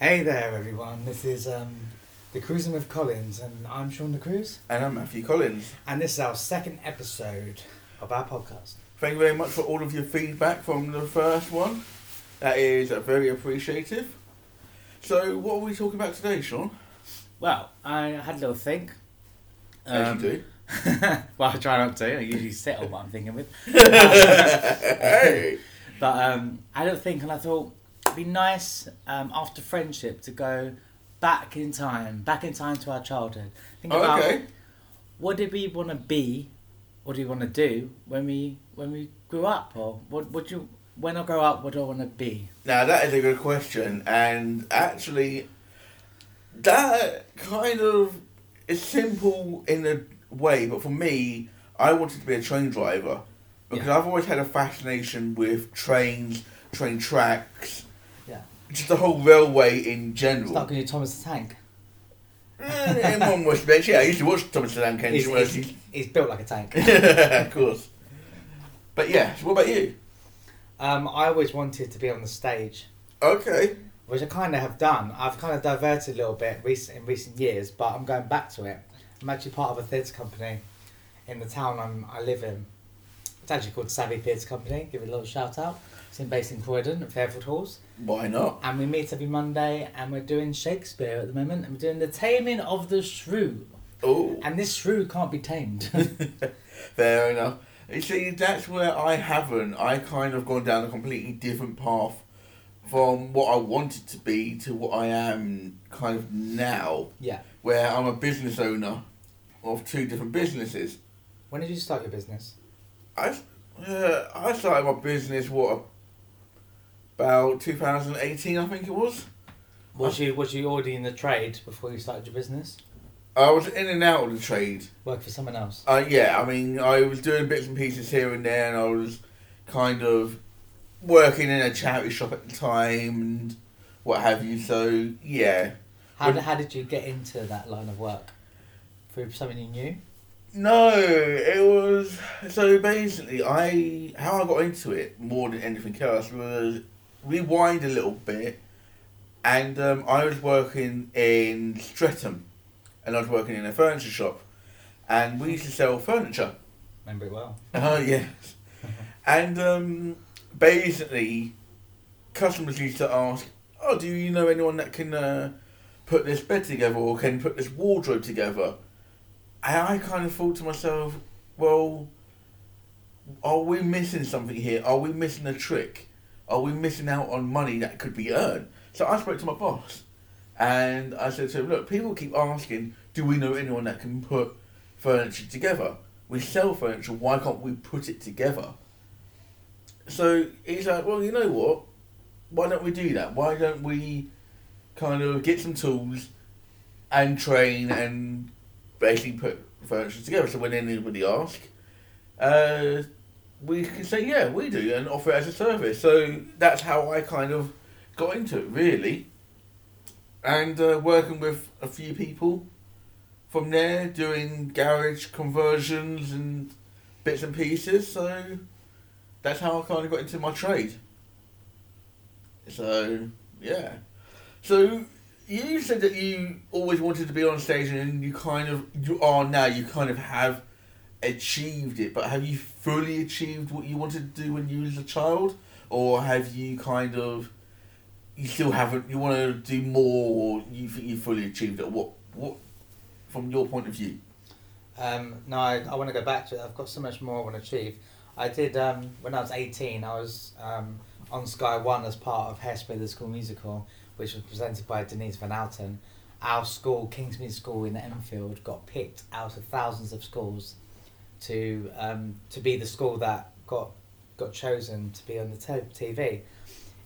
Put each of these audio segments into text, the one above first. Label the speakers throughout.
Speaker 1: Hey there, everyone. This is um, the Cruising with Collins, and I'm Sean the Cruise,
Speaker 2: And I'm Matthew Collins.
Speaker 1: and this is our second episode of our podcast.
Speaker 2: Thank you very much for all of your feedback from the first one. That is uh, very appreciative. So, what are we talking about today, Sean?
Speaker 1: Well, I had a little think. Um,
Speaker 2: As you do.
Speaker 1: well, I try not to. I usually sit on what I'm thinking with.
Speaker 2: Hey!
Speaker 1: But um, I had a little think, and I thought it'd be nice um, after friendship to go back in time, back in time to our childhood. Think
Speaker 2: Oh,
Speaker 1: about
Speaker 2: okay.
Speaker 1: what did we want to be, what do we want to do when we when we grew up, or what would you when I grow up, what do I want to be?
Speaker 2: Now, that is a good question. And actually, that kind of is simple in a way, but for me, I wanted to be a train driver because
Speaker 1: Yeah.
Speaker 2: I've always had a fascination with trains, train tracks,
Speaker 1: Yeah.
Speaker 2: just the whole railway in general.
Speaker 1: It's not going to be Thomas the Tank.
Speaker 2: Eh, in one respect, yeah, I used to watch Thomas the Tank
Speaker 1: He's,
Speaker 2: Engine. when I was
Speaker 1: he's, he's built like a tank.
Speaker 2: a- of course. But yeah, so what about you?
Speaker 1: Um, I always wanted to be on the stage,
Speaker 2: Okay.
Speaker 1: which I kind of have done. I've kind of diverted a little bit recent, in recent years, but I'm going back to it. I'm actually part of a theatre company in the town I'm, I live in. It's actually called Savvy Theatre Company. Give it a little shout out. It's in, based in Croydon at Fairfield Halls.
Speaker 2: Why not?
Speaker 1: And we meet every Monday and we're doing Shakespeare at the moment and we're doing The Taming of the Shrew.
Speaker 2: Oh,
Speaker 1: And this shrew can't be tamed.
Speaker 2: fair enough. You see, that's where I haven't. I kind of gone down a completely different path from what I wanted to be to what I am kind of now,
Speaker 1: yeah.
Speaker 2: where I'm a business owner of two different businesses.
Speaker 1: When did you start your business?
Speaker 2: I, uh, I started my business, what, about 2018, I think it was?
Speaker 1: Was you was you already in the trade before you started your business?
Speaker 2: I was in and out of the trade.
Speaker 1: Work for someone else.
Speaker 2: Uh, yeah, I mean, I was doing bits and pieces here and there, and I was kind of working in a charity shop at the time and what have you. So yeah,
Speaker 1: How,
Speaker 2: Would-
Speaker 1: how did you get into that line of work? Through something you knew?
Speaker 2: no, it was so basically. I how I got into it more than anything else was rewind a little bit, and um, I was working in Streatham, and I was working in a furniture shop, and we used to sell furniture.
Speaker 1: Remember it well.
Speaker 2: Oh yes, and um, basically, customers used to ask, "Oh, do you know anyone that can uh, put this bed together or can put this wardrobe together?" And I kind of thought to myself, "Well, are we missing something here? Are we missing a trick? Are we missing out on money that could be earned?" So I spoke to my boss, and I said to him, "Look, people keep asking, do we know anyone that can put furniture together?" we sell furniture, why can't we put it together? So he's like, well, you know what? Why don't we do that? Why don't we kind of get some tools and train and basically put furniture together? So when anybody asks, uh, we can say, yeah, we do, and offer it as a service. So that's how I kind of got into it, really. And uh, working with a few people from there, doing garage conversions and bits and pieces. So that's how I kind of got into my trade. So yeah. So you said that you always wanted to be on stage, and you kind of you are now. You kind of have achieved it, but have you fully achieved what you wanted to do when you was a child, or have you kind of you still haven't? You want to do more, or you think you fully achieved it? What what from your point of view?
Speaker 1: Um, no, I, I want to go back to it. I've got so much more I want to achieve. I did, um, when I was 18, I was um, on Sky One as part of Hairspray the School Musical, which was presented by Denise Van Outen. Our school, Kingsmead School in Enfield, got picked out of thousands of schools to um, to be the school that got got chosen to be on the te- TV.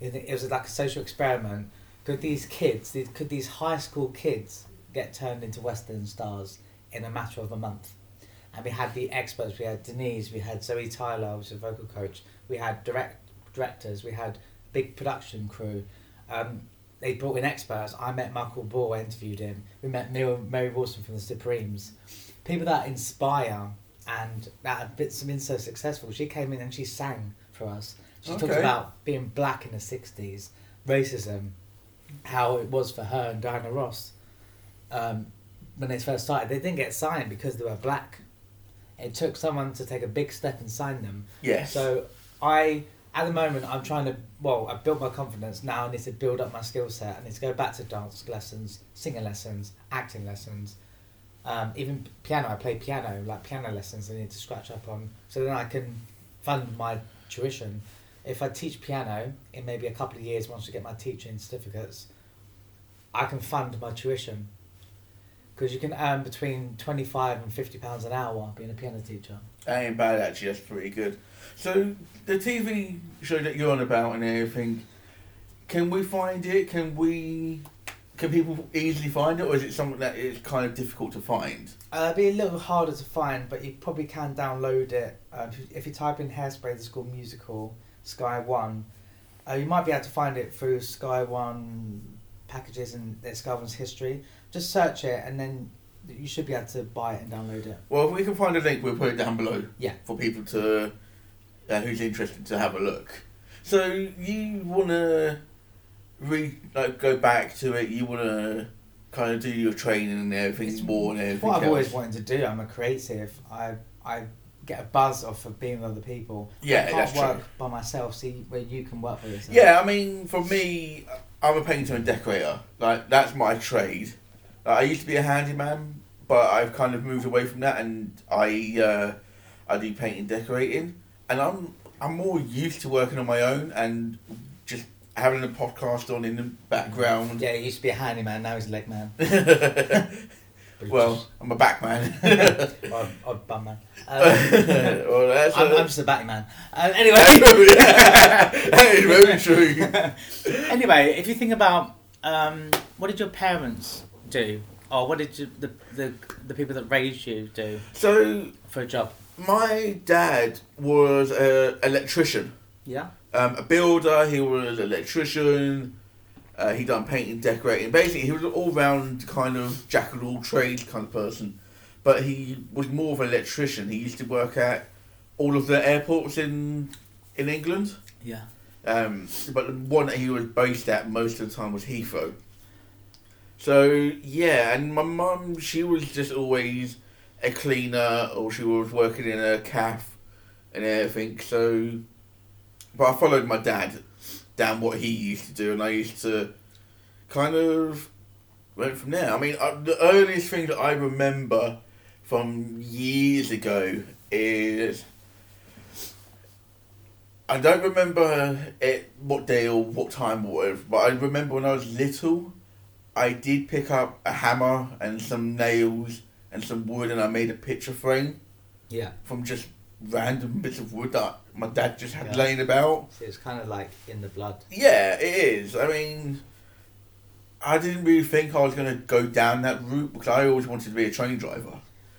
Speaker 1: It, it was like a social experiment. Could these kids, these, could these high school kids, get turned into Western stars in a matter of a month? And we had the experts. We had Denise. We had Zoe Tyler, who's a vocal coach. We had direct directors. We had big production crew. Um, they brought in experts. I met Michael Ball. I interviewed him. We met Mary, Mary Wilson from the Supremes. People that inspire and that have been, been so successful. She came in and she sang for us. She talked
Speaker 2: Okay.
Speaker 1: about being black in the sixties, racism, how it was for her and Diana Ross um, when they first started. They didn't get signed because they were black. It took someone to take a big step and sign them.
Speaker 2: Yes.
Speaker 1: So I, at the moment, I'm trying to. Well, I built my confidence now. I need to build up my skill set. I need to go back to dance lessons, singing lessons, acting lessons, um, even piano. I play piano, like piano lessons. I need to scratch up on, so then I can fund my tuition. If I teach piano in maybe a couple of years, once I get my teaching certificates, I can fund my tuition. Because you can earn between twenty five and fifty pounds an hour being a piano teacher.
Speaker 2: That ain't bad actually. That's pretty good. So the TV show that you're on about and everything, can we find it? Can we? Can people easily find it, or is it something that is kind of difficult to find?
Speaker 1: Uh, it'd be a little harder to find, but you probably can download it. Uh, if you- if you type in Hairspray the School Musical Sky One, uh, you might be able to find it through Sky One packages and their Sky One's history. Just search it, and then you should be able to buy it and download it.
Speaker 2: Well, if we can find a link, we'll put it down below.
Speaker 1: Yeah.
Speaker 2: For people to, uh, who's interested, to have a look. So you wanna re like go back to it? You wanna kind of do your training and everything
Speaker 1: It's
Speaker 2: more and everything.
Speaker 1: What I've
Speaker 2: else.
Speaker 1: always wanted to do. I'm a creative. I I get a buzz off of being with other people. I
Speaker 2: Yeah,
Speaker 1: can't
Speaker 2: that's true.
Speaker 1: work by myself. See where you can work for yourself.
Speaker 2: Yeah, I mean, for me, I'm a painter and decorator. Like that's my trade. Like, I used to be a handyman, but I've kind of moved away from that, and I uh, I do painting, decorating, and I'm I'm more used to working on my own and just having a podcast on in the background.
Speaker 1: Yeah, he used to be a handyman. Now he's a leg man. But he's
Speaker 2: well, I'm a backman.
Speaker 1: just- or, or bum man. Um,
Speaker 2: well, that's
Speaker 1: I'm,
Speaker 2: a-
Speaker 1: I'm just a batty man. Um,
Speaker 2: that is very true.
Speaker 1: anyway, anyway, if you think about um, what did your parents do, or what did you, the, the the people that raised you do
Speaker 2: So
Speaker 1: for a job?
Speaker 2: my dad was an electrician.
Speaker 1: Yeah.
Speaker 2: um, a builder. He was an electrician. Uh, he done painting, decorating. Basically, he was an all round kind of jack of all trades kind of person. But he was more of an electrician. He used to work at all of the airports in in England.
Speaker 1: Yeah.
Speaker 2: Um, but the one that he was based at most of the time was Heathrow. So yeah, and my mum, she was just always a cleaner, or she was working in a calf and everything. So, but I followed my dad down what he used to do, and I used to kind of went from there. I mean, uh, the earliest thing that I remember from years ago is I don't remember it what day or what time or whatever, but I remember when I was little, I did pick up a hammer and some nails and some wood, and I made a picture frame
Speaker 1: Yeah.
Speaker 2: from just random bits of wood that my dad just had
Speaker 1: Yeah.
Speaker 2: laying about.
Speaker 1: So it's kind of like in the blood.
Speaker 2: Yeah, it is. I mean, I didn't really think I was gonna go down that route because I always wanted to be a train driver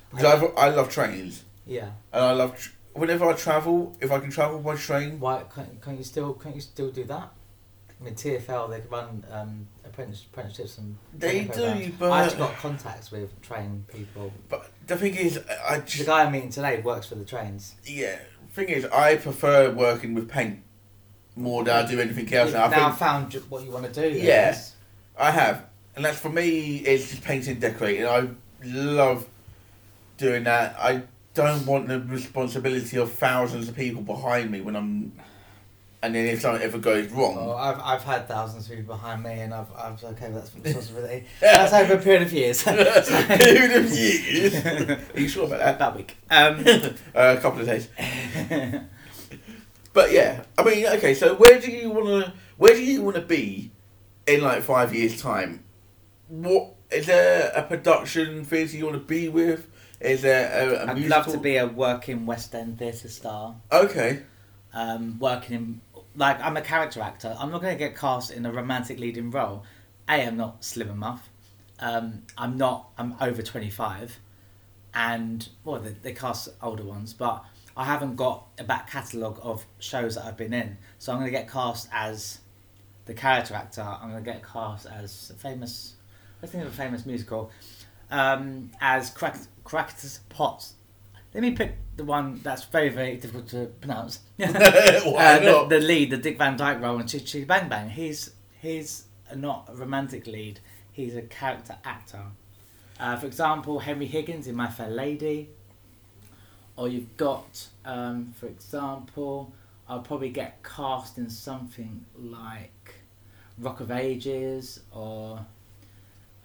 Speaker 2: because I've, I love trains
Speaker 1: Yeah.
Speaker 2: and I love tr- whenever I travel if I can travel by train.
Speaker 1: Why can't, can't you still can't you still do that? I mean, TFL they could run um, apprentice, apprenticeships and
Speaker 2: They
Speaker 1: training
Speaker 2: do,
Speaker 1: programmes.
Speaker 2: but
Speaker 1: I just got contacts with train people.
Speaker 2: But the thing is, I
Speaker 1: The
Speaker 2: just
Speaker 1: guy I'm meeting today works for the trains.
Speaker 2: yeah. Thing is, I prefer working with paint more than I do anything else.
Speaker 1: You've
Speaker 2: And I
Speaker 1: now
Speaker 2: think
Speaker 1: found ju- what you want to do. I
Speaker 2: Yeah.
Speaker 1: guess.
Speaker 2: I have, and that's for me is just painting, and decorating. I love doing that. I don't want the responsibility of thousands of people behind me when I'm, and then if something ever goes wrong,
Speaker 1: Well, I've, I've had thousands of people behind me, and I've, I've okay, that's responsibility. that's over a period of years.
Speaker 2: dude of years. Are you sure about that?
Speaker 1: that week. Um,
Speaker 2: Uh, a couple of days. But yeah, I mean, okay. So where do you want to? Where do you want to be in like five years' time? What is there a production theatre you want to be with? Is there a, a
Speaker 1: I'd
Speaker 2: musical?
Speaker 1: love to be a working West End theatre star.
Speaker 2: Okay.
Speaker 1: Um, working in like I'm a character actor. I'm not going to get cast in a romantic leading role. A, I'm not slim enough. Um, I'm not. I'm over 25, and well, they, they cast older ones, but I haven't got a back catalogue of shows that I've been in. So I'm going to get cast as the character actor. I'm going to get cast as a famous. Let's think of a famous musical. Um, as Crack Crackatus Potts. Let me pick the one that's very very difficult to pronounce.
Speaker 2: Why
Speaker 1: Uh, the,
Speaker 2: not?
Speaker 1: the lead, the Dick Van Dyke role in Chitty Chitty Bang Bang. He's he's not a romantic lead. He's a character actor. Uh, for example, Henry Higgins in My Fair Lady. Or you've got, um, for example, I'll probably get cast in something like Rock of Ages or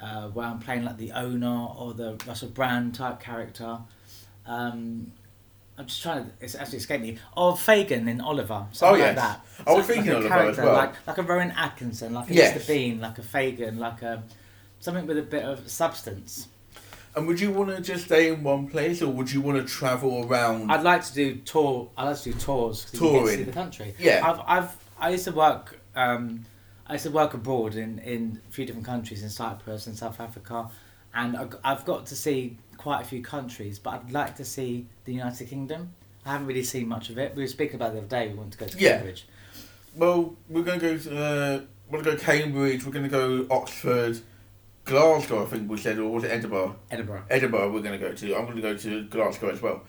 Speaker 1: uh, where I'm playing like the owner or the Russell Brand type character. Um, I'm just trying to. It's actually escaped me. Or Fagin in Oliver. Something
Speaker 2: Oh,
Speaker 1: like
Speaker 2: yes.
Speaker 1: that.
Speaker 2: I was
Speaker 1: Something
Speaker 2: thinking
Speaker 1: like a
Speaker 2: Oliver as
Speaker 1: character,
Speaker 2: well.
Speaker 1: Like, like a Rowan Atkinson, like a
Speaker 2: Yes.
Speaker 1: Mr. Bean, like a Fagin, like a something with a bit of substance.
Speaker 2: And would you want to just stay in one place, or would you want to travel around?
Speaker 1: I'd like to do tour. I'd like to do tours. 'cause you can get to see
Speaker 2: Touring.
Speaker 1: the country.
Speaker 2: Yeah.
Speaker 1: I've, I've I used to work. Um, I used to work abroad in in a few different countries in Cyprus and South Africa, and I- I've got to see quite a few countries. But I'd like to see the United Kingdom. I haven't really seen much of it. We were speaking about it the other day. We want to go to
Speaker 2: Yeah.
Speaker 1: Cambridge.
Speaker 2: Well, we're going to go to uh, we're going to go Cambridge. We're going to go Oxford, Glasgow. I think we said, or was it Edinburgh?
Speaker 1: Edinburgh.
Speaker 2: Edinburgh. We're going to go to. I'm going to go to Glasgow as well.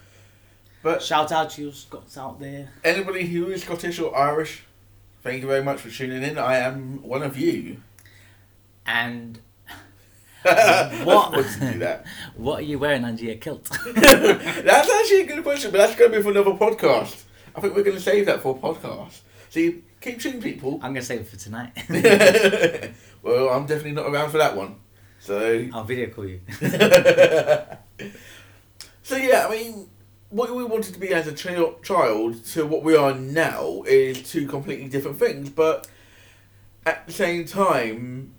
Speaker 2: But
Speaker 1: Shout out to you Scots out there.
Speaker 2: anybody who is Scottish or Irish, thank you very much for tuning in. I am one of you.
Speaker 1: And
Speaker 2: what? to do that.
Speaker 1: what are you wearing under your kilt?
Speaker 2: that's actually a good question, but that's going to be for another podcast. I think we're going to save that for a podcast. See, keep tuning, people.
Speaker 1: I'm gonna save it for tonight.
Speaker 2: well, I'm definitely not around for that one. So,
Speaker 1: I'll video call you.
Speaker 2: so yeah, I mean, what we wanted to be as a chi- child to what we are now is two completely different things, but at the same time,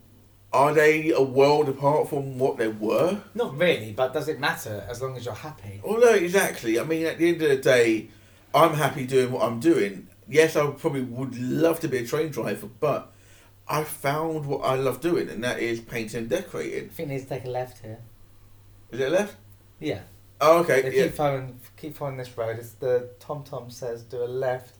Speaker 2: are they a world apart from what they were?
Speaker 1: Not really, but does it matter as long as you're happy?
Speaker 2: Although, exactly. I mean, at the end of the day, I'm happy doing what I'm doing. Yes, I probably would love to be a train driver, but I found what I love doing, and that is painting and decorating.
Speaker 1: I think it needs to take a left here.
Speaker 2: Is it left?
Speaker 1: Yeah.
Speaker 2: Oh,
Speaker 1: They
Speaker 2: okay. Yeah.
Speaker 1: keep following keep following this road. It's the Tom Tom says do a left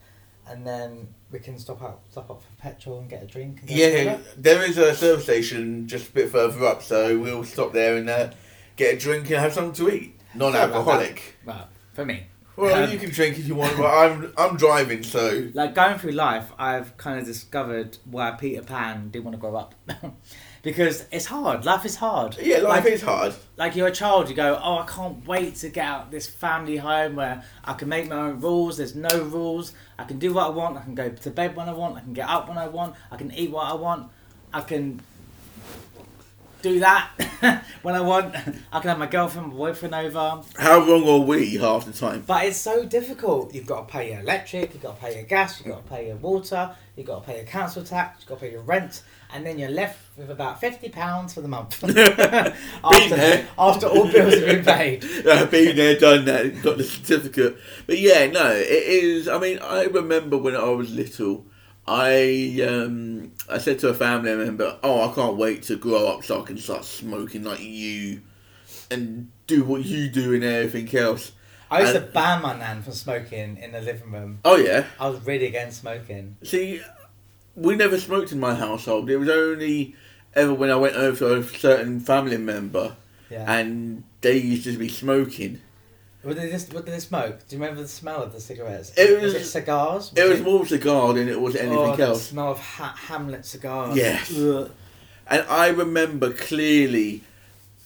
Speaker 1: and then we can stop out stop up for petrol and get a drink and go
Speaker 2: Yeah,
Speaker 1: to the left.
Speaker 2: there is a service station just a bit further up, so we'll stop there and uh, get a drink and have something to eat. Non-alcoholic.
Speaker 1: Well, for me.
Speaker 2: Well,
Speaker 1: Um,
Speaker 2: you can drink if you want, but I'm I'm driving, so
Speaker 1: Like going through life I've kinda discovered why Peter Pan didn't want to grow up. because it's hard. Life is hard.
Speaker 2: yeah, life
Speaker 1: Like-
Speaker 2: is hard.
Speaker 1: like you're a child, you go, oh, I can't wait to get out this family home where I can make my own rules. There's no rules. I can do what I want. I can go to bed when I want. I can get up when I want. I can eat what I want. I can do that when I want. I can have my girlfriend, my boyfriend over.
Speaker 2: How wrong are we half the time?
Speaker 1: But it's so difficult. You've got to pay your electric, you've got to pay your gas, you've got to pay your water, you've got to pay your council tax, you've got to pay your rent, and then you're left with about £50 for the month. after,
Speaker 2: there.
Speaker 1: after all bills have been paid.
Speaker 2: Yeah, been there, done that, got the certificate. But yeah, no, it is. I mean, I remember when I was little, I um, I said to a family member, "Oh, I can't wait to grow up so I can start smoking like you, and do what you do and everything else."
Speaker 1: I used to
Speaker 2: And-
Speaker 1: ban my nan from smoking in the living room.
Speaker 2: Oh yeah.
Speaker 1: I was really against smoking.
Speaker 2: See, we never smoked in my household. It was only ever when I went over to a certain family member,
Speaker 1: Yeah.
Speaker 2: and they used to be smoking.
Speaker 1: what, did they, just- what did they smoke? Do you remember the smell of the cigarettes?
Speaker 2: It was-
Speaker 1: it cigars?
Speaker 2: It was more cigar than it was anything
Speaker 1: oh,
Speaker 2: else.
Speaker 1: The smell of ha- Hamlet cigars.
Speaker 2: Yes.
Speaker 1: Ugh.
Speaker 2: And I remember clearly,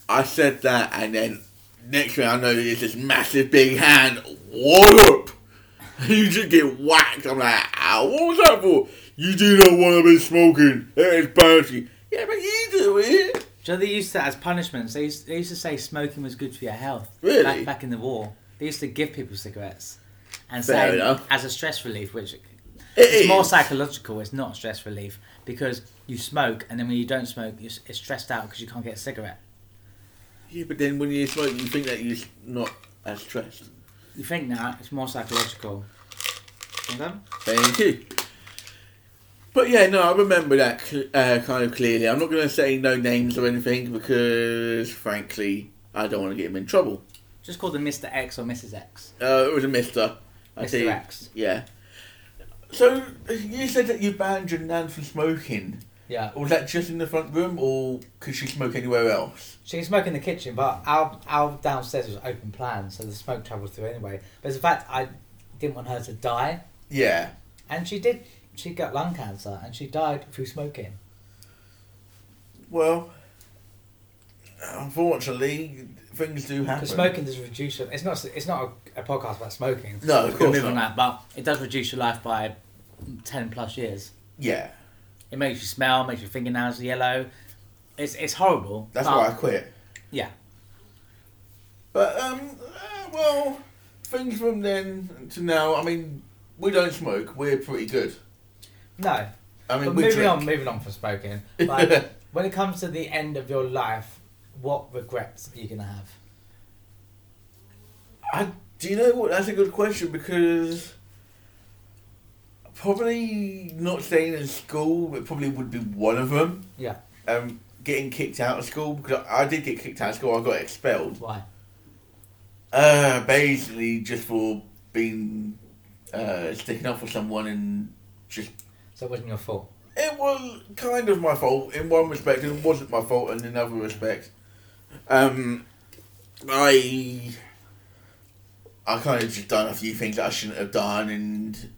Speaker 2: I said that, and then next thing I know, it's this massive big hand. Whoop! You just get whacked. I'm like, ow, what was that for? You do not want to be smoking. It is bad for you. Yeah, but you do it.
Speaker 1: Do you know they used that as punishments? They used, they used to say smoking was good for your health.
Speaker 2: Really?
Speaker 1: Back, back in the war. They used to give people cigarettes. And
Speaker 2: Fair
Speaker 1: say
Speaker 2: enough.
Speaker 1: as a stress relief, which
Speaker 2: It
Speaker 1: it's
Speaker 2: is.
Speaker 1: more psychological, it's not stress relief. Because you smoke, and then when you don't smoke, you're, s- it's stressed out because you can't get a cigarette.
Speaker 2: Yeah, but then when you smoke, you think that you're not as stressed.
Speaker 1: You think that, it's more psychological. Okay?
Speaker 2: Thank you. But yeah, no, I remember that cl- uh, kind of clearly. I'm not going to say no names or anything because, frankly, I don't want to get him in trouble.
Speaker 1: Just call them Mr. X or Mrs. X.
Speaker 2: Uh, it was a Mister. I
Speaker 1: Mr.
Speaker 2: see.
Speaker 1: X.
Speaker 2: Yeah. So you said that you banned your nan from smoking.
Speaker 1: Yeah.
Speaker 2: Was that just in the front room, or could she smoke anywhere else?
Speaker 1: She can smoke in the kitchen, but our, our downstairs was open plan, so the smoke travelled through anyway. But in fact, I didn't want her to die,
Speaker 2: Yeah.
Speaker 1: and she did. She got lung cancer, and she died through smoking.
Speaker 2: Well, unfortunately, things do happen.
Speaker 1: Because smoking does reduce your. It's not. It's not a, a podcast about smoking.
Speaker 2: No,
Speaker 3: We
Speaker 2: of
Speaker 3: could
Speaker 2: course
Speaker 3: move on that,
Speaker 2: not.
Speaker 3: but it does reduce your life by ten plus years.
Speaker 2: Yeah,
Speaker 3: It makes you smell, makes your fingernails yellow. It's it's horrible.
Speaker 2: that's
Speaker 3: but-
Speaker 1: Ah.
Speaker 2: why I quit.
Speaker 3: Yeah.
Speaker 2: But um, uh, well, things from then to now. I mean, we don't smoke. We're pretty good.
Speaker 1: No.
Speaker 2: I mean,
Speaker 1: But
Speaker 2: we
Speaker 1: moving
Speaker 2: drink.
Speaker 1: on, moving on from smoking. Like, when it comes to the end of your life, what regrets are you gonna have?
Speaker 2: I do you know what? That's a good question because probably not staying in school. It probably would be one of them.
Speaker 1: Yeah.
Speaker 2: Um, getting kicked out of school because I did get kicked out of school. I got expelled.
Speaker 1: Why?
Speaker 2: Uh, basically just for being uh sticking up for someone and just
Speaker 1: So it wasn't your fault.
Speaker 2: it was kind of my fault in one respect. It wasn't my fault in another respect. Um, I I kind of just done a few things I shouldn't have done, and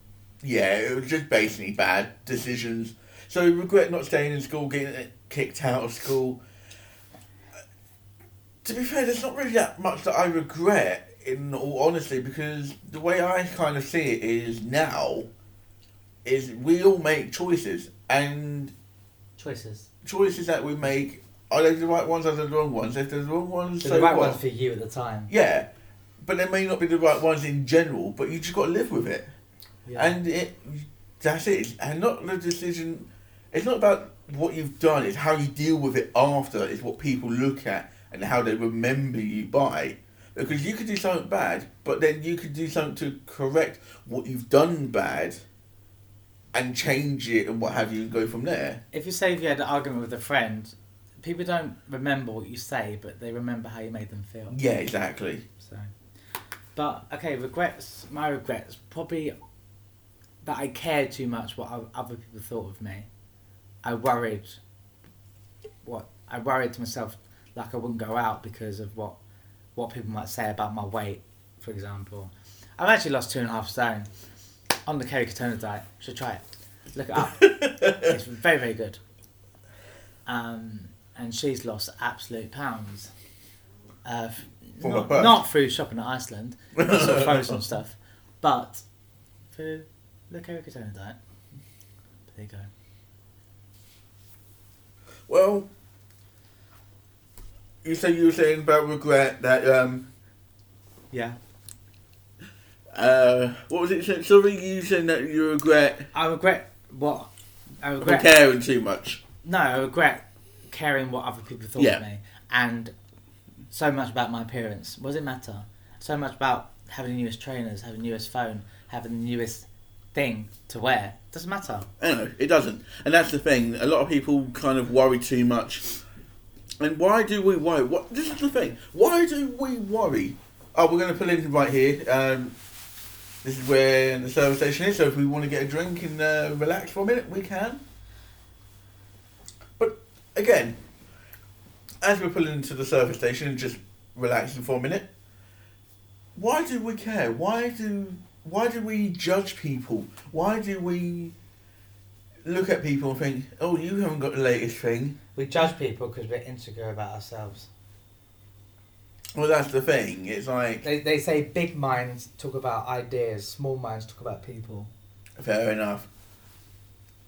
Speaker 2: yeah, it was just basically bad decisions. So regret not staying in school, getting kicked out of school. To be fair, there's not really that much that I regret, in all honesty, because the way I kind of see it is now is we all make choices, and
Speaker 1: Choices.
Speaker 2: choices that we make are they the right ones or the wrong ones? If they're the wrong ones,
Speaker 1: So,
Speaker 2: so,
Speaker 1: the right
Speaker 2: what?
Speaker 1: ones for you at the time.
Speaker 2: Yeah, but they may not be the right ones in general. But you just got to live with it,
Speaker 1: Yeah.
Speaker 2: and it that's it. And not the decision. It's not about what you've done. It's how you deal with it after. It's what people look at and how they remember you by. Because you could do something bad, but then you could do something to correct what you've done bad, and change it and what have you, and go from there.
Speaker 3: If you say you had an argument with a friend, people don't remember what you say, but they remember how you made them feel.
Speaker 2: Yeah, exactly.
Speaker 3: So, but okay, regrets. My regrets probably that I cared too much what o- other people thought of me. I worried. What I worried to myself, like I wouldn't go out because of what what people might say about my weight, for example. I've actually lost two and a half stone on the Kerry Katona diet. Should try it. Look it up. it's very very good. Um, and she's lost absolute pounds. Uh, f-
Speaker 2: From
Speaker 3: not,
Speaker 2: her purse.
Speaker 3: not through shopping at Iceland, it's all frozen stuff, but through the Kerry Katona diet. But there you go.
Speaker 2: Well, you said you were saying about regret that um
Speaker 3: Yeah.
Speaker 2: uh what was it? you said? Sorry, you saying that you regret
Speaker 3: I regret what I
Speaker 2: for
Speaker 3: regret.
Speaker 2: caring too much.
Speaker 3: No, I regret caring what other people thought
Speaker 2: Yeah.
Speaker 3: of me and so much about my appearance. What does it matter? So much about having the newest trainers, having the newest phone, having the newest thing to wear. Doesn't matter.
Speaker 2: Anyway, it doesn't, and that's the thing. A lot of people kind of worry too much. And why do we worry? What this is the thing. Why do we worry? Oh, we're going to put in right here. Um, this is where the service station is. So if we want to get a drink and uh, relax for a minute, we can. But again, as we're pulling into the service station and just relaxing for a minute, why do we care? Why do why do we judge people? Why do we look at people and think, "Oh, you haven't got the latest thing"?
Speaker 1: We judge people because we're insecure about ourselves.
Speaker 2: Well, that's the thing. It's like
Speaker 1: They, they say big minds talk about ideas, small minds talk about people.
Speaker 2: fair enough.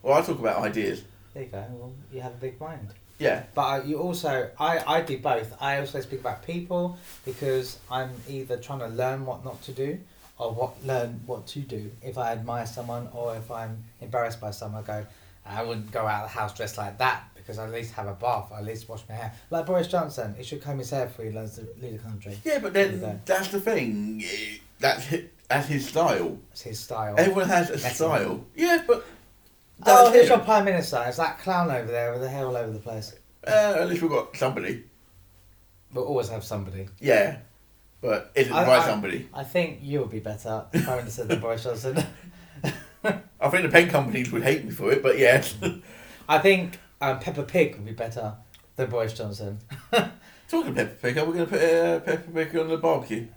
Speaker 2: Well, I talk about ideas.
Speaker 1: There you go. Well, you have a big mind.
Speaker 2: Yeah,
Speaker 1: But you also, I, I do both. I also speak about people because I'm either trying to learn what not to do or what learn what to do. If I admire someone or if I'm embarrassed by someone, I go, I wouldn't go out of the house dressed like that because I at least have a bath, I at least wash my hair. Like Boris Johnson, he should comb his hair before he learns to lead a country.
Speaker 2: yeah, but
Speaker 1: Yeah.
Speaker 2: then that's the thing. That's his, that's his style.
Speaker 1: It's his style.
Speaker 2: Everyone has a
Speaker 1: That's
Speaker 2: style. Yeah, but
Speaker 1: oh,
Speaker 2: that's
Speaker 1: here's
Speaker 2: him.
Speaker 1: your Prime Minister. It's that clown over there with the hair all over the place.
Speaker 2: Uh, at least we've got somebody.
Speaker 1: We'll always have somebody.
Speaker 2: Yeah, but is it the
Speaker 1: I-
Speaker 2: right
Speaker 1: I-
Speaker 2: somebody?
Speaker 1: I think you would be better Prime Minister than Boris Johnson.
Speaker 2: I think the pen companies would hate me for it, but yeah.
Speaker 1: I think um, Peppa Pig would be better than Boris Johnson.
Speaker 2: Talking of pepper pick, are we going to put uh, pepper pick on the barbecue?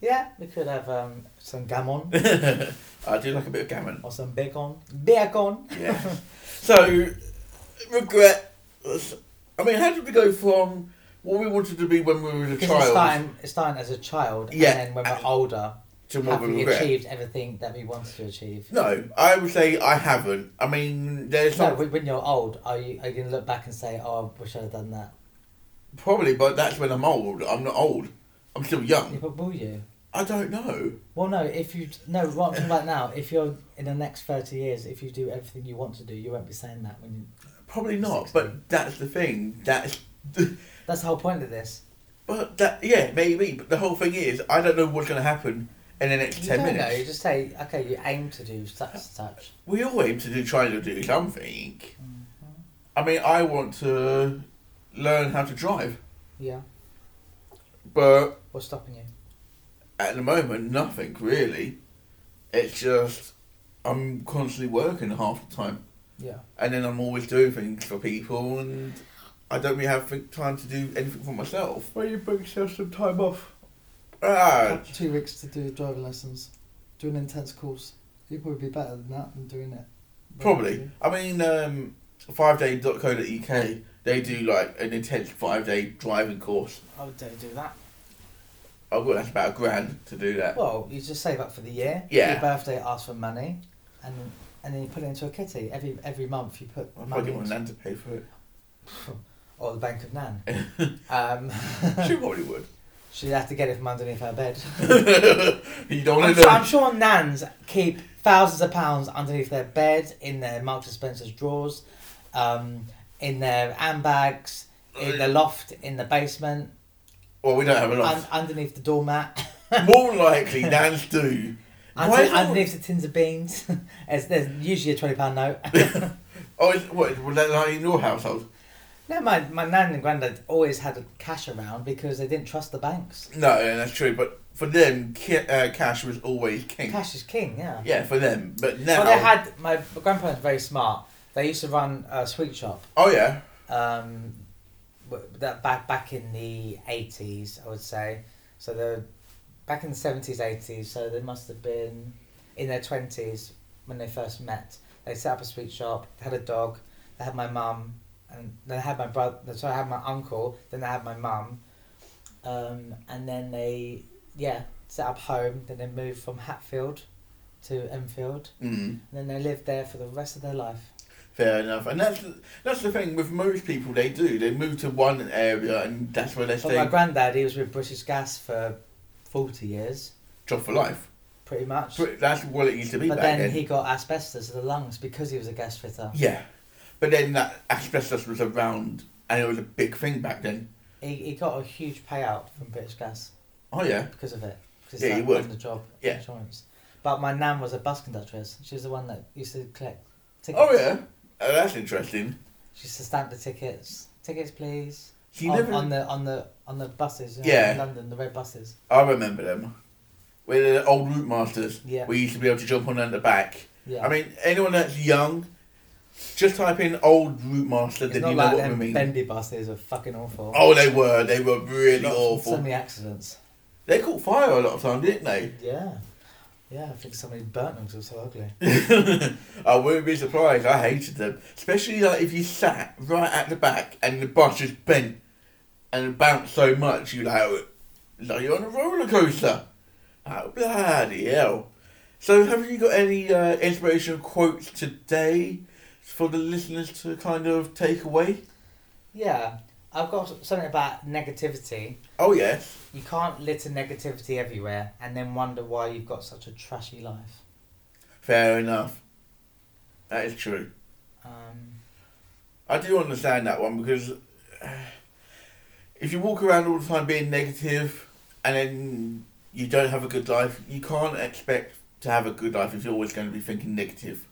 Speaker 1: Yeah, we could have um, some gammon
Speaker 2: I do like a bit of gammon.
Speaker 1: or some bacon. Bacon.
Speaker 2: Yeah. so, regret. I mean, how did we go from what we wanted to be when we were a
Speaker 1: Because it's
Speaker 2: child
Speaker 1: starting, it's starting as a child,
Speaker 2: Yeah,
Speaker 1: and then when we're
Speaker 2: and-
Speaker 1: older,
Speaker 2: to what
Speaker 1: have
Speaker 2: we
Speaker 1: we
Speaker 2: regret?
Speaker 1: achieved everything that we wanted to achieve?
Speaker 2: No, I would say I haven't. I mean, there's
Speaker 1: No,
Speaker 2: not
Speaker 1: when when you're old, are you, are you going to look back and say, oh, I wish I'd have done that?
Speaker 2: probably, but that's when I'm old. I'm not old. I'm still
Speaker 1: Yeah,
Speaker 2: young.
Speaker 1: but will you?
Speaker 2: I don't know.
Speaker 1: Well, no, if you. No, what I'm talking about now, if you're in the next 30 years, if you do everything you want to do, you won't be saying that when you.
Speaker 2: Probably not.
Speaker 1: 60.
Speaker 2: But that's the thing. That's
Speaker 1: That's the whole point of this.
Speaker 2: but that yeah maybe. But the whole thing is, I don't know what's going to happen in the next
Speaker 1: You
Speaker 2: ten
Speaker 1: don't
Speaker 2: minutes.
Speaker 1: know, you just say, okay, you aim to do such and such.
Speaker 2: We all aim to do try to do something.
Speaker 4: Mm-hmm.
Speaker 2: I mean, I want to learn how to drive,
Speaker 1: Yeah.
Speaker 2: but
Speaker 1: What's stopping you?
Speaker 2: at the moment, nothing really. It's just I'm constantly working half the time,
Speaker 1: Yeah.
Speaker 2: and then I'm always doing things for people, and I don't really have think- time to do anything for myself.
Speaker 4: Why you book yourself some time off?
Speaker 2: Ah,
Speaker 5: Have two weeks to do a driving lessons, do an intense course. You'd probably be better than that than doing it.
Speaker 2: probably. I mean, um, fiveday.co.uk. They do like an intense five-day driving course.
Speaker 3: I would don't do that.
Speaker 2: I've got that's about a grand to do that.
Speaker 1: Well, you just save up for the year.
Speaker 2: Yeah.
Speaker 1: Your birthday, ask for money, and and then you put it into a kitty. Every every month you put
Speaker 2: I'll
Speaker 1: money
Speaker 2: probably get my
Speaker 1: into-
Speaker 2: nan to pay for it.
Speaker 1: or the bank of Nan. um,
Speaker 2: She probably would.
Speaker 1: she'd have to get it from underneath her bed.
Speaker 2: you
Speaker 1: I'm
Speaker 2: don't want to
Speaker 1: sure,
Speaker 2: know.
Speaker 1: I'm sure nans keep thousands of pounds underneath their bed, in their milk dispensers drawers, um, in their handbags, in the loft, in the basement,
Speaker 2: Well, we don't have a
Speaker 1: un-
Speaker 2: lot.
Speaker 1: underneath the doormat,
Speaker 2: More likely, nans do.
Speaker 1: under-
Speaker 2: Why is that-
Speaker 1: underneath the tins of beans. There's, there's usually a twenty pound note.
Speaker 2: Oh, is, what, was that like in your household?
Speaker 1: no, my my nan and granddad always had cash around because they didn't trust the banks.
Speaker 2: No, that's true. But for them, ki- uh, cash was always king.
Speaker 1: Cash is king, yeah.
Speaker 2: Yeah, oh. for them. But now,
Speaker 1: Well, they had my grandparents were very smart. They used to run a sweet shop
Speaker 2: oh yeah,
Speaker 1: um, w- that back back in the eighties, I would say. So they're back in the seventies, eighties. So they must have been in their twenties when they first met. They set up a sweet shop. They had a dog. They had my mum, and then I had my brother. So I had my uncle. Then I had my mum, um, and then they yeah set up home. Then they moved from Hatfield to Enfield,
Speaker 2: mm,
Speaker 1: and then they lived there for the rest of their life.
Speaker 2: fair enough. And that's the- that's the thing with most people. They do. They move to one area and that's where they
Speaker 1: But my
Speaker 2: stay.
Speaker 1: granddad, he was with British Gas for 40 years,
Speaker 2: Job for life.
Speaker 1: pretty much.
Speaker 2: But That's what it used to be
Speaker 1: but
Speaker 2: back
Speaker 1: then,
Speaker 2: then.
Speaker 1: he got asbestos of the lungs because he was a gas fitter.
Speaker 2: Yeah, but then that asbestos was around and it was a big thing back then.
Speaker 1: He, he got a huge payout from British Gas
Speaker 2: Oh yeah.
Speaker 1: because of it. Because
Speaker 2: Yeah,
Speaker 1: it's
Speaker 2: you
Speaker 1: like
Speaker 2: would.
Speaker 1: on the job
Speaker 2: Yeah.
Speaker 1: insurance. But my nan was a bus conductress. She was the one that used to collect tickets.
Speaker 2: Oh yeah, oh, that's interesting.
Speaker 1: She used to stamp the tickets. Tickets, please.
Speaker 2: She
Speaker 1: on,
Speaker 2: never.
Speaker 1: on the on the on the buses. you know,
Speaker 2: Yeah.
Speaker 1: In London, the red buses.
Speaker 2: I remember them. We're the old route masters.
Speaker 1: Yeah.
Speaker 2: We used to be able to jump on at the back.
Speaker 1: Yeah.
Speaker 2: I mean, anyone that's young, just type in old route master,
Speaker 1: it's
Speaker 2: then
Speaker 1: not
Speaker 2: you know
Speaker 1: like
Speaker 2: what we
Speaker 1: them
Speaker 2: mean.
Speaker 1: bendy buses are fucking awful.
Speaker 2: Oh, they were. They were really
Speaker 1: Lots-
Speaker 2: awful.
Speaker 1: So many accidents.
Speaker 2: They caught fire a lot of time, didn't they?
Speaker 1: Yeah. Yeah, I think somebody burnt them because so ugly.
Speaker 2: I wouldn't be surprised. I hated them, especially like if you sat right at the back and the bus just bent and it bounced so much you like like you're on a roller coaster. Oh bloody hell! So have you got any uh, inspirational quotes today for the listeners to kind of take away?
Speaker 1: Yeah, I've got something about negativity.
Speaker 2: Oh yes,
Speaker 1: You can't litter negativity everywhere and then wonder why you've got such a trashy life.
Speaker 2: fair enough. That is true.
Speaker 1: Um,
Speaker 2: I do understand that one because uh, if you walk around all the time being negative and then you don't have a good life, you can't expect to have a good life if you're always going to be thinking negative.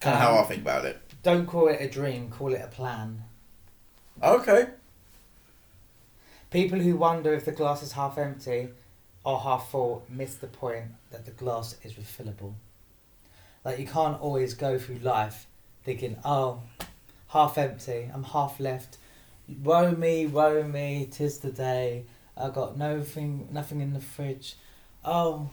Speaker 2: Kind of
Speaker 1: Um,
Speaker 2: how I think about it.
Speaker 1: don't call it a dream, call it a plan.
Speaker 2: Okay.
Speaker 1: People who wonder if the glass is half empty or half full miss the point that the glass is refillable. Like, you can't always go through life thinking, oh, half empty, I'm half left. Woe me, woe me, 'tis the day. I got nothing, nothing in the fridge. Oh,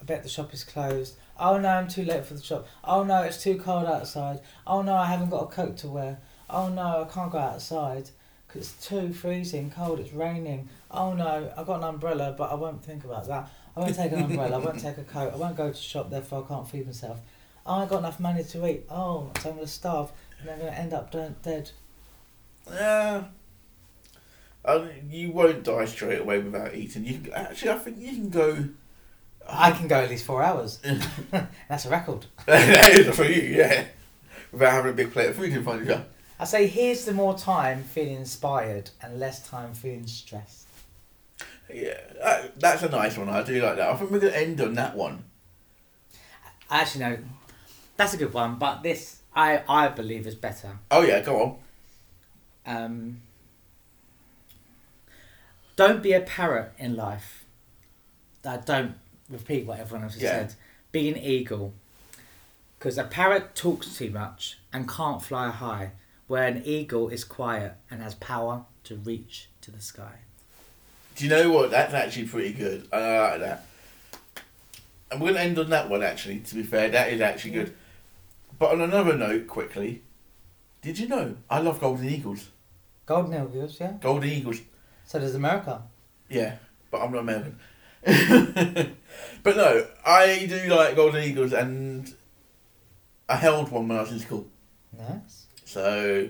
Speaker 1: I bet the shop is closed. Oh no, I'm too late for the shop. Oh no, it's too cold outside. Oh no, I haven't got a coat to wear. Oh no, I can't go outside because it's too freezing cold. It's raining. Oh no, I got an umbrella, but I won't think about that. I won't take an umbrella. I won't take a coat. I won't go to shop. Therefore, I can't feed myself. Oh, I got enough money to eat. Oh, so I'm gonna starve, and I'm gonna end up de- dead.
Speaker 2: Yeah. Um, you won't die straight away without eating. You can, actually, I think you can go.
Speaker 1: I can go at least four hours. That's a record.
Speaker 2: that is for you, yeah. Without having a big plate of food in front of you.
Speaker 1: I say here's the more time feeling inspired and less time feeling stressed.
Speaker 2: Yeah, that, Uh, that's a nice one. I do like that. I think we're going to end on that one.
Speaker 3: Actually, no, that's a good one. But this, I I believe, is better.
Speaker 2: Oh yeah, go on.
Speaker 3: Um, don't be a parrot in life. I don't repeat what everyone else has
Speaker 2: Yeah.
Speaker 3: said. Be an eagle. Because a parrot talks too much and can't fly high, where an eagle is quiet and has power to reach to the sky.
Speaker 2: Do you know what? That's actually pretty good. I like that. And we're going to end on that one. Actually, to be fair, that is actually good. But on another note, quickly, did you know I love golden eagles?
Speaker 1: Golden Eagles, yeah.
Speaker 2: Golden eagles.
Speaker 1: So does America.
Speaker 2: Yeah, but I'm not American. but no, I do like golden eagles, and I held one when I was in school.
Speaker 1: Nice.
Speaker 2: So,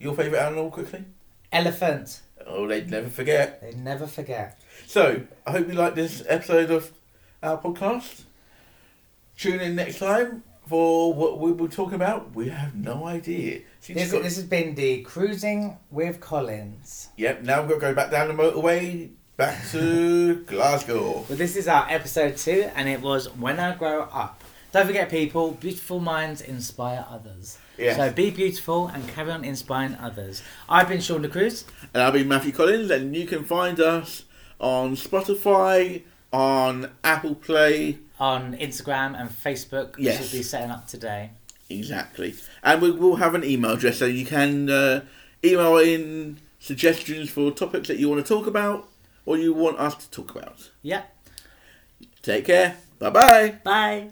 Speaker 2: your favourite animal, quickly?
Speaker 1: Elephant.
Speaker 2: Oh, they'd never forget.
Speaker 1: They never forget.
Speaker 2: So, I hope you like this episode of our podcast. Tune in next time for what we will talk about. We have no idea. So you
Speaker 1: This,
Speaker 2: just got,
Speaker 1: this has been the Cruising with Collins.
Speaker 2: Yep, now we've got to go back down the motorway, back to Glasgow.
Speaker 3: Well, this is our episode two, and it was When I Grow Up. Don't forget, people, beautiful minds inspire others.
Speaker 2: Yes.
Speaker 3: So be beautiful and carry on inspiring others. I've been Sean De Cruz.
Speaker 2: And I'll be Matthew Collins, and you can find us on Spotify, on Apple Play.
Speaker 3: on Instagram and Facebook.
Speaker 2: Yes.
Speaker 3: We should be setting up today.
Speaker 2: Exactly. And we will have an email address, so you can uh, email in suggestions for topics that you want to talk about or you want us to talk about.
Speaker 3: Yep.
Speaker 2: Take care. Bye bye.
Speaker 3: Bye.